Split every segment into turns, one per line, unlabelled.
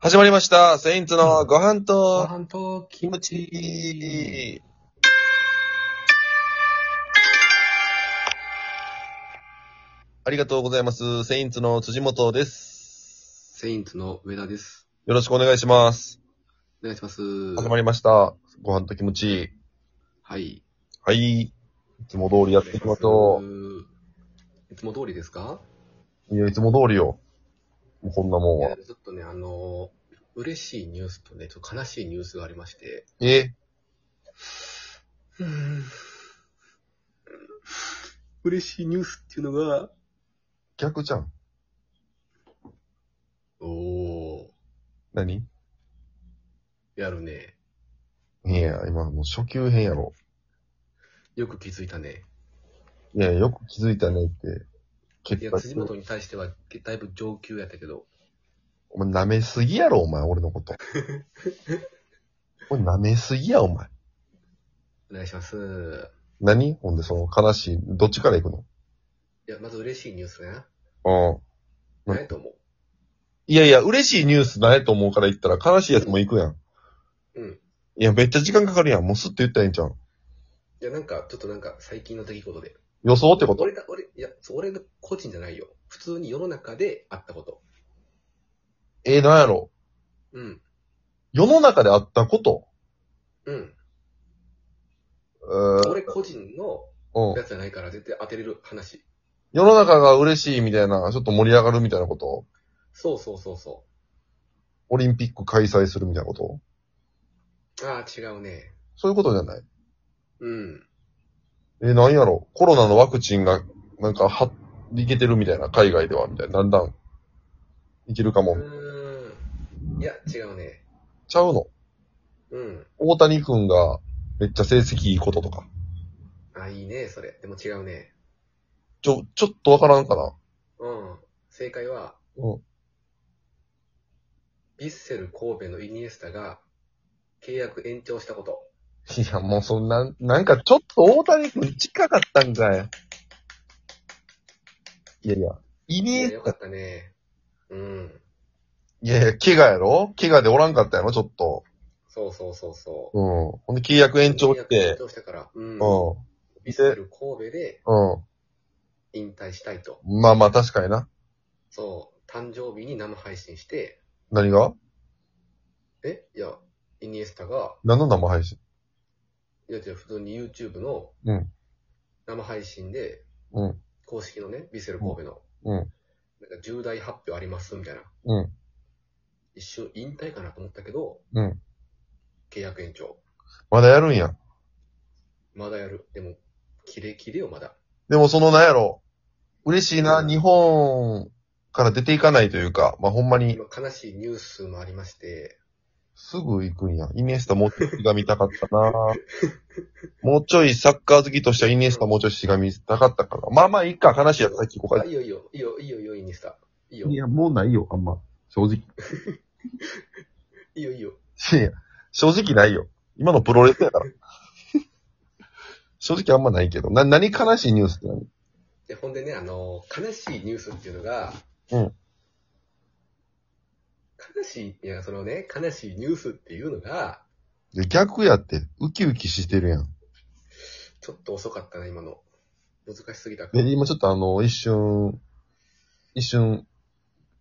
始まりました。セインツのご飯
ご
と
飯と
キ
キ
ム
ムチ。
チ。ありがとうございます。セインツの辻元です。
セインツの上田です。
よろしくお願いします。
お願いします。
始まりました。ご飯とキムチ。
はい。
はい。いつも通りやっていきましょ
う。いつも通りですか
う。いや、いつも通りよ。もうこんなもん
いや
は。
ちょっとね、あのー、嬉しいニュースとね、ちょっと悲しいニュースがありまして。
え
嬉しいニュースっていうのが、
逆じゃん。
おー、
何
やるね。
いや、今もう初級編やろ。
よく気づいたね。
いや、よく気づいたねって。
い
結
や、
果
辻元に対しては、だいぶ上級やったけど、
お前舐めすぎやろ、お前、俺の こと。お前舐めすぎや、お前。
お願いします。
何ほんで、その悲しい、どっちから行く
いや、まず嬉しいニュースね。
のうん。うん
ないと思
いやいや、嬉しいニュースないと思うから言ったら、悲しいやつも行くやん。
う。うん。
いや、めっちゃ時間かかるやん。もうスッと言ったらええんちゃう
いや、なんか、ちょっとなんか、最近の出来事で。
予想ってこと
俺が、俺、いや、そう俺が個人じゃないよ。普通に世の中であったこと。
えー、なんやろ
うん。
世の中であったこと
うん。
えー
俺個人の
うん
や。つじゃないから、絶対当てれる話。
世の中が嬉しいみたいな、ちょっと盛り上がるみたいなこと
そうそうそうそ
オリンピック開催するみたいなこと
う。ああ、違うね。
そういうことじゃない
うん。
えー、なんやろコロナのワクチンが、なんか、は、いけてるみたいな、海外では、みたいな、だんだん、いけるか
う
も。
ーん。いや、違うね。
ちゃうの
うん。
大谷くんが、めっちゃ成績いいこととか。
あ、いいね、それ。でも違うね。
ちょ、ちょっとわからんかな
うん。正解は、
うん。
ヴィッセル神戸のイニエスタが契約延長したこと。
いや、もうそんな、なんかちょっと大谷くん近かったんかい。いやいや、イ
い
ニ
や、
エス
よか
タ、
ったね。うん。
いやいや、怪我やろ怪我でおらんかったやろちょっと。
そうそうそうそう
う。ん。ほんで契約延長っ
契約延
て、
長したから。うん。
う
ヴ
ん。
ィッセル神戸で
う
引退したいと。
ん。まあまあ確かにな。
そう。誕生日に生配信して、
何が
えいや、イニエスタが、
何の生配信
いや、じゃあ普通に YouTube の
うん
生配信で、
うん。
公式のね、ヴィッセル神戸の、
うん。
なんか重大発表あります、みたいな。
うん。
一瞬引退かなと思ったけど、
うん。
契約延長。
まだやるんや。
まだやる。でも、キレキレよ、まだ。
でもそのなんやろ。嬉しいな、
うん
日本から出ていかないというか、まあ、ほんまに
今、悲しいニュースもありまして、
すぐ行くんや。イニエスタもうちょいしがみたかった なもうちょいサッカー好きとしてはイニエスタもうちょいしがみたかったから。まあまあいいか、話やったら聞こう
あ、
か。
いいよいいよ、いいよ、いいよ、いいよ、イニエスタ。いいよ、い
いや、もうないよ、あんま。正直。
いよ、いいよ。
いや、正直ないよ。今のプロレスやから。正直あんまないけど。な、何悲しいニュースって何
で、ほんでね、あの、悲しいニュースっていうのが、
うん
悲しい、いや、そのね、悲しいニュースっていうのが、
いや逆やって、ウキウキしてるやん。
ちょっと遅かったな、今の。難しすぎたか
で、今ちょっとあの、一瞬、一瞬、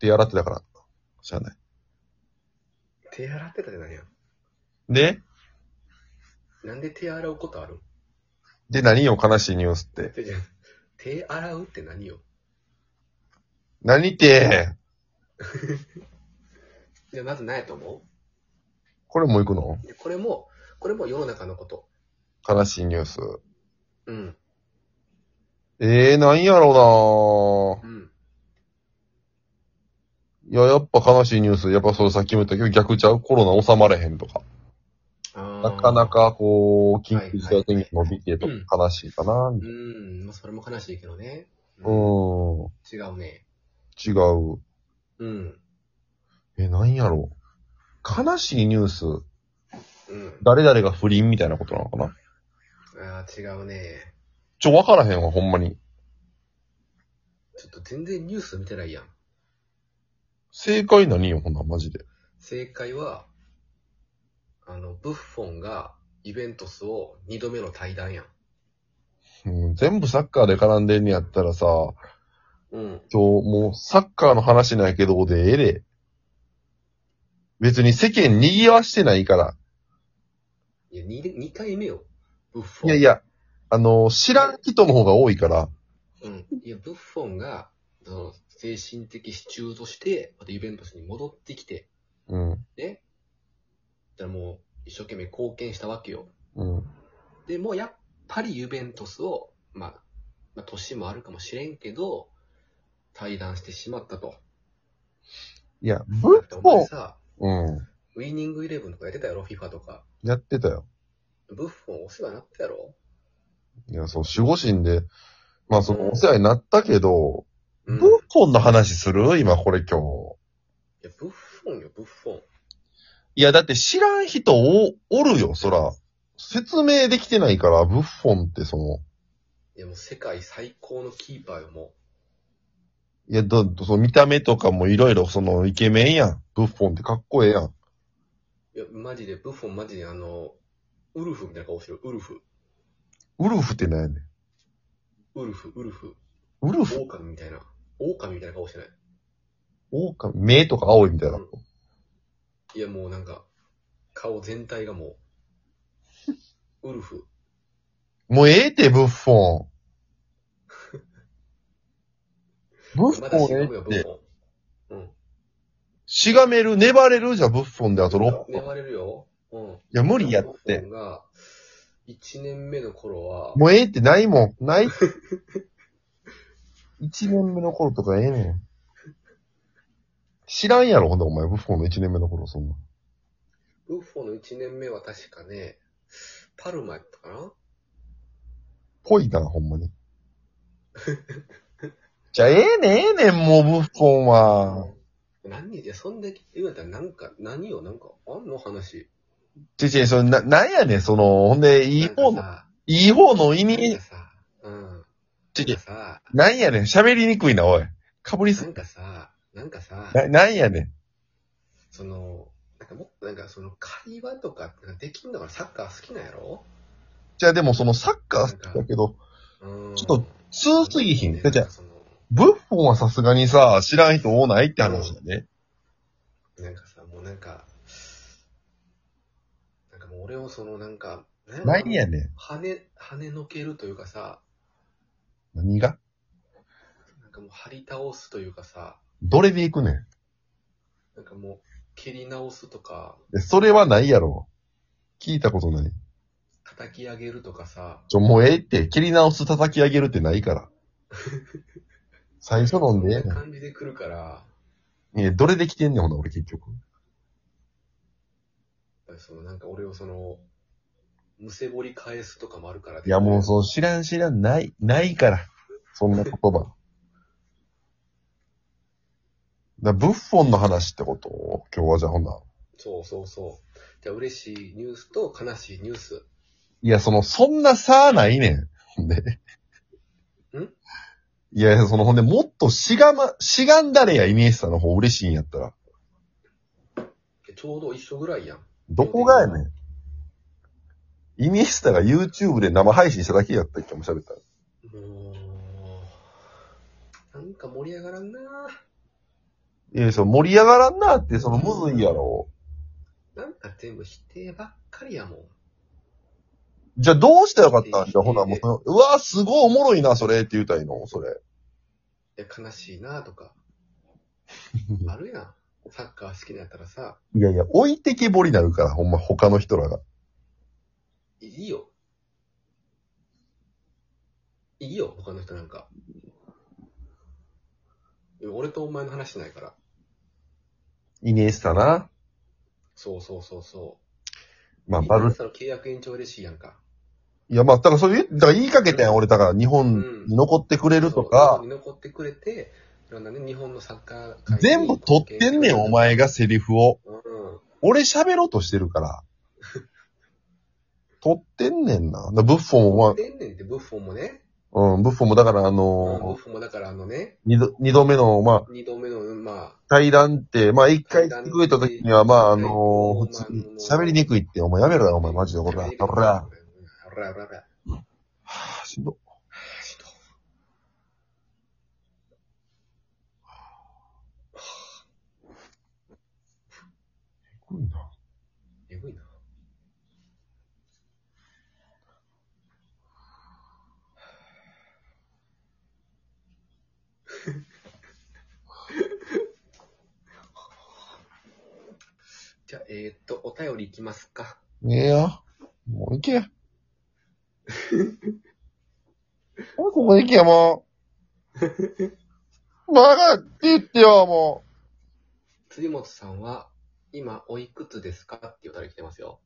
手洗ってたから、しゃあない。
手洗ってたじゃないや
で、
なんで手洗うことある
で何よ、悲しいニュースって。
手じゃん手洗うって何よ。
何って、
じゃあ、まず何やと思
これも行くの
うで、これも、これも世の中のこと。
悲しいニュース。
うん、
ええー、なんやろ
うん。
うないや、やっぱ悲しいニュース。やっぱそれさっきも言ったけど逆ちゃうコロナ収まれへんとか。
あー
なかな。かこう、緊急事態宣言伸びてと
はいはい
か悲しいかな。う
うん、まあ、それも悲しいけどね。ん。
ーん、
違うね。
違う。
うん、
え、なんやろう悲しいニュース。
うん。
誰々が不倫みたいなことなのかな
ああ、違うね。
ちょ、わからへんわ、ほんまに。
ちょっと全然ニュース見てないやん。
正解何よ、ほんならマジで。
正解は、あの、ブッフォンがイベントスを2度目の対談やん。
うん全部サッカーで絡んでんねやったらさ、
うん。
今日もうサッカーの話なんやけど、でええで。別に世間賑わしてないから。
いや、2, 二回目よ。ブッフォ
いや
ン。
い。や、あの、知らん人の方が多いから。
うん。いや、ブッフォンが、その精神的支柱として、またイベントスに戻ってきて、
うん。
ね。だからもう、一生懸命貢献したわけよ。
うん。
でもやっぱりユベントスを、まあ、まあ、年もあるかもしれんけど、対談してしまったと。
いや、ブ
だってお前
ッ
さ、
フォン。う
ウィニングイレブンとかやってたやろ、FIFA とか。
ん。やってたよ。
ブッフォンお世話になったやろ
いや、そう、守護神で、まあその、お世話になったけど、
うん。い
ブッフォンの話する今これ今日。
や、ブッフォンよ、ブッフォン。
いや、だって知らん人お、おるよ、そら。説明できてないから、ブッフォンってその、
いや、もう世界最高のキーパーよ、も
いや、ど、その見た目とかもいろいろそのイケメンやん。ブッフォンってかっこええやん。
う。いや、マジで、ブッフォンマジであの、ウルフみたいな顔してる、ウルフ。
ウルフってなんやねん。
ウルフ、ウルフ。
ウルフ
狼みたいな。狼みたいな顔してない。
狼目とか青いみたいな。
いや、もうなんか、顔全体がもう、ウルフ。
もうええって、ブッフォン。ブッフ
まだし
ォ
が
ン
むよ、ブ
ええっ
ッ
て。
フォン。うん。
しがめる、粘れるじゃあブッフォンであと6本。い
粘れるよ。うん。
や、無理やっ
ブッフ
て。
ォンが、1年目の頃は、
もうええってないもん。ない。1年目の頃とかええねん。知らんやろ、ほんでお前、ブッフォンの1年目の頃、そんな。
ウッフォの1年目は確かね、パルマやったかな
ぽいな、ほんまに。 じゃあ、ええねん、ええねん、もう、ブッフォンは。
何で、そんだけ言うんだったらなんか、何よ、なんか、あんの話。
ちち、それ、な、なんやねん、その、ほんで、いい方
なん
の、
か
いい方の意
さ、なん
味
か、さ、うん。
ち
なん
ち
か、さ、
なんやねん、喋りにくいな、おい。かぶり
な
す、
んかさ、なんかさ、
な、なんやねん。
その、なんかもっとなんかその会話とかなんかできんのかなサッカー好きなんやろ
じゃあ、でも、その、サッカー好きだけど、
うん。
ちょっと、通すぎひん。じゃあじゃあ、
その
ブッフォンはさすがにさ、知らん人多ないって話だね。
なんかさ、もうなんか、なんかもう俺をそのなんか、なんろ
なんやねん。
跳ね、跳ねのけるというかさ、
何が
なんかもう張り倒すというかさ、
どれで行くねん
なんかもう蹴り直すとか、
で。それはないやろ。聞いたことない。
叩き上げるとかさ、
ちょ、もうええって、蹴り直す叩き上げるってないから。最初のんでえ
そんな感じで来るから、
えねん。え、どれで来てんねん、ほな、俺結局。
そのなんか俺をその、むせぼり返すとかもあるから
いや、もう
う。
そう、知らん知らん、ない、ないから。そんな言葉。だブッフォンの話ってこと今日はじゃあほんな。
そうそうそう。じゃあ嬉しいニュースと悲しいニュース。
いや、その、そんな差ないねん。ほんで。
ん
いやいや、その、ほんで、もっとしがま、しがんだれや、イニエスタの方嬉しいんやったら。
ちょうど一緒ぐらいやん。
どこがやねん。イニエスタが YouTube で生配信しただけやったっけも喋ったら。
もう、なんか盛り上がらんな
えや、その盛り上がらんなって、そのむずいやろ。
なんか全部否定ばっかりやもん。
じゃあどうしたらよかったんじゃあほなもうその、うわすごいおもろいな、それって言うたらいいのそれ。
いや、悲しいな とか。あるやん。サッカー好きなんやったらさ、
いやいや、置いてけぼりになるから、ほんま他の人らが。
いいよ。いいよ、他の人なんか。いや俺とお前の話しないから。
イニエスタな。
そうそうそうそ
まあ、
う。
バル、
さの契約延長嬉しいやんか。
いや、まあ、だからそれ、だから言いかけてん、俺、だから日本に残ってくれると
そう
か、
日本に残ってくれて、いろんなね、日本のサッカー界に
全部取ってんねん、お。前がセリフを。
うん。
俺喋ろうとしてる から。取ってんねんな。だからブッフォン
取
は、
ってんねんって、ブッフォンもね。
うん、ブッフォンもだからあ
まあボ
のー
フもだからあのね、
二度、二度目の、まあ、
二度目の、ま
対談って、まあ一回作れた時には、まああのー普通に喋りにくいって、お前やめろよ、お前マジで、
あ、
ほら、
喋りにくい
ほら、。
ほらほらほら。
はぁしんど。すごいな。
えぐいな。 じゃあ、えーっと、お便りいきますか。
ねえや。もう行けや。もうここで行けや、もう。バカって言ってよ、も
辻本さんは、今、おいくつですかっていうお便り来てますよ。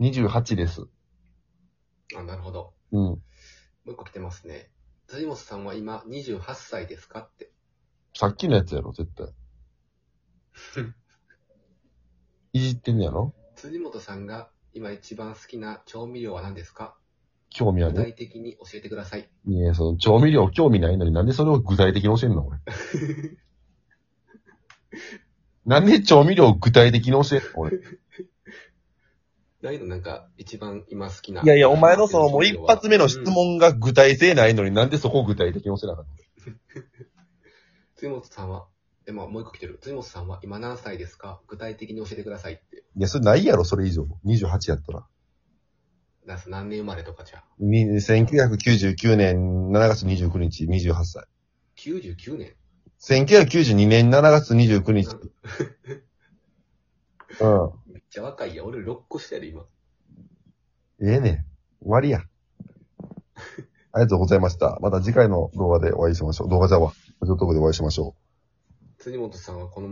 う。28です。
あ、なるほど。
うん。
もう一個来てますね。辻本さんは今、28歳ですかって。
さっきのやつやろ、絶対。いじってんのやろ
辻本さんが、今一番好きな調味料は何ですか
興味あ
具
る
体的に教えてください。
いや、その調味料興味ないのになんでそれを具体的に教えん の俺。なんで調味料を具体的に教えんの俺。い
ないのなんか、一番今好きな。
やいや、お前のそのもう一発目の質問が具体性ないのになんでそこを具体的に教えなかったの
辻本さんは、え、まあ、もう一個来てる。辻本さんは今何歳ですか具体的に教えてくださいって。
いや、それないやろ、それ以上。28やったら。
だから何年生まれとかじゃん。
に1999年7月29日、28歳。
99年
1992年7月29日。 うん。
めっちゃ若いや。俺6個してる、今。
ええねん。終わりや。ありがとうございました。また次回の動画でお会いしましょう。動画じゃあわ。ラジオトークでお会いしましょう。
辻本さんはこの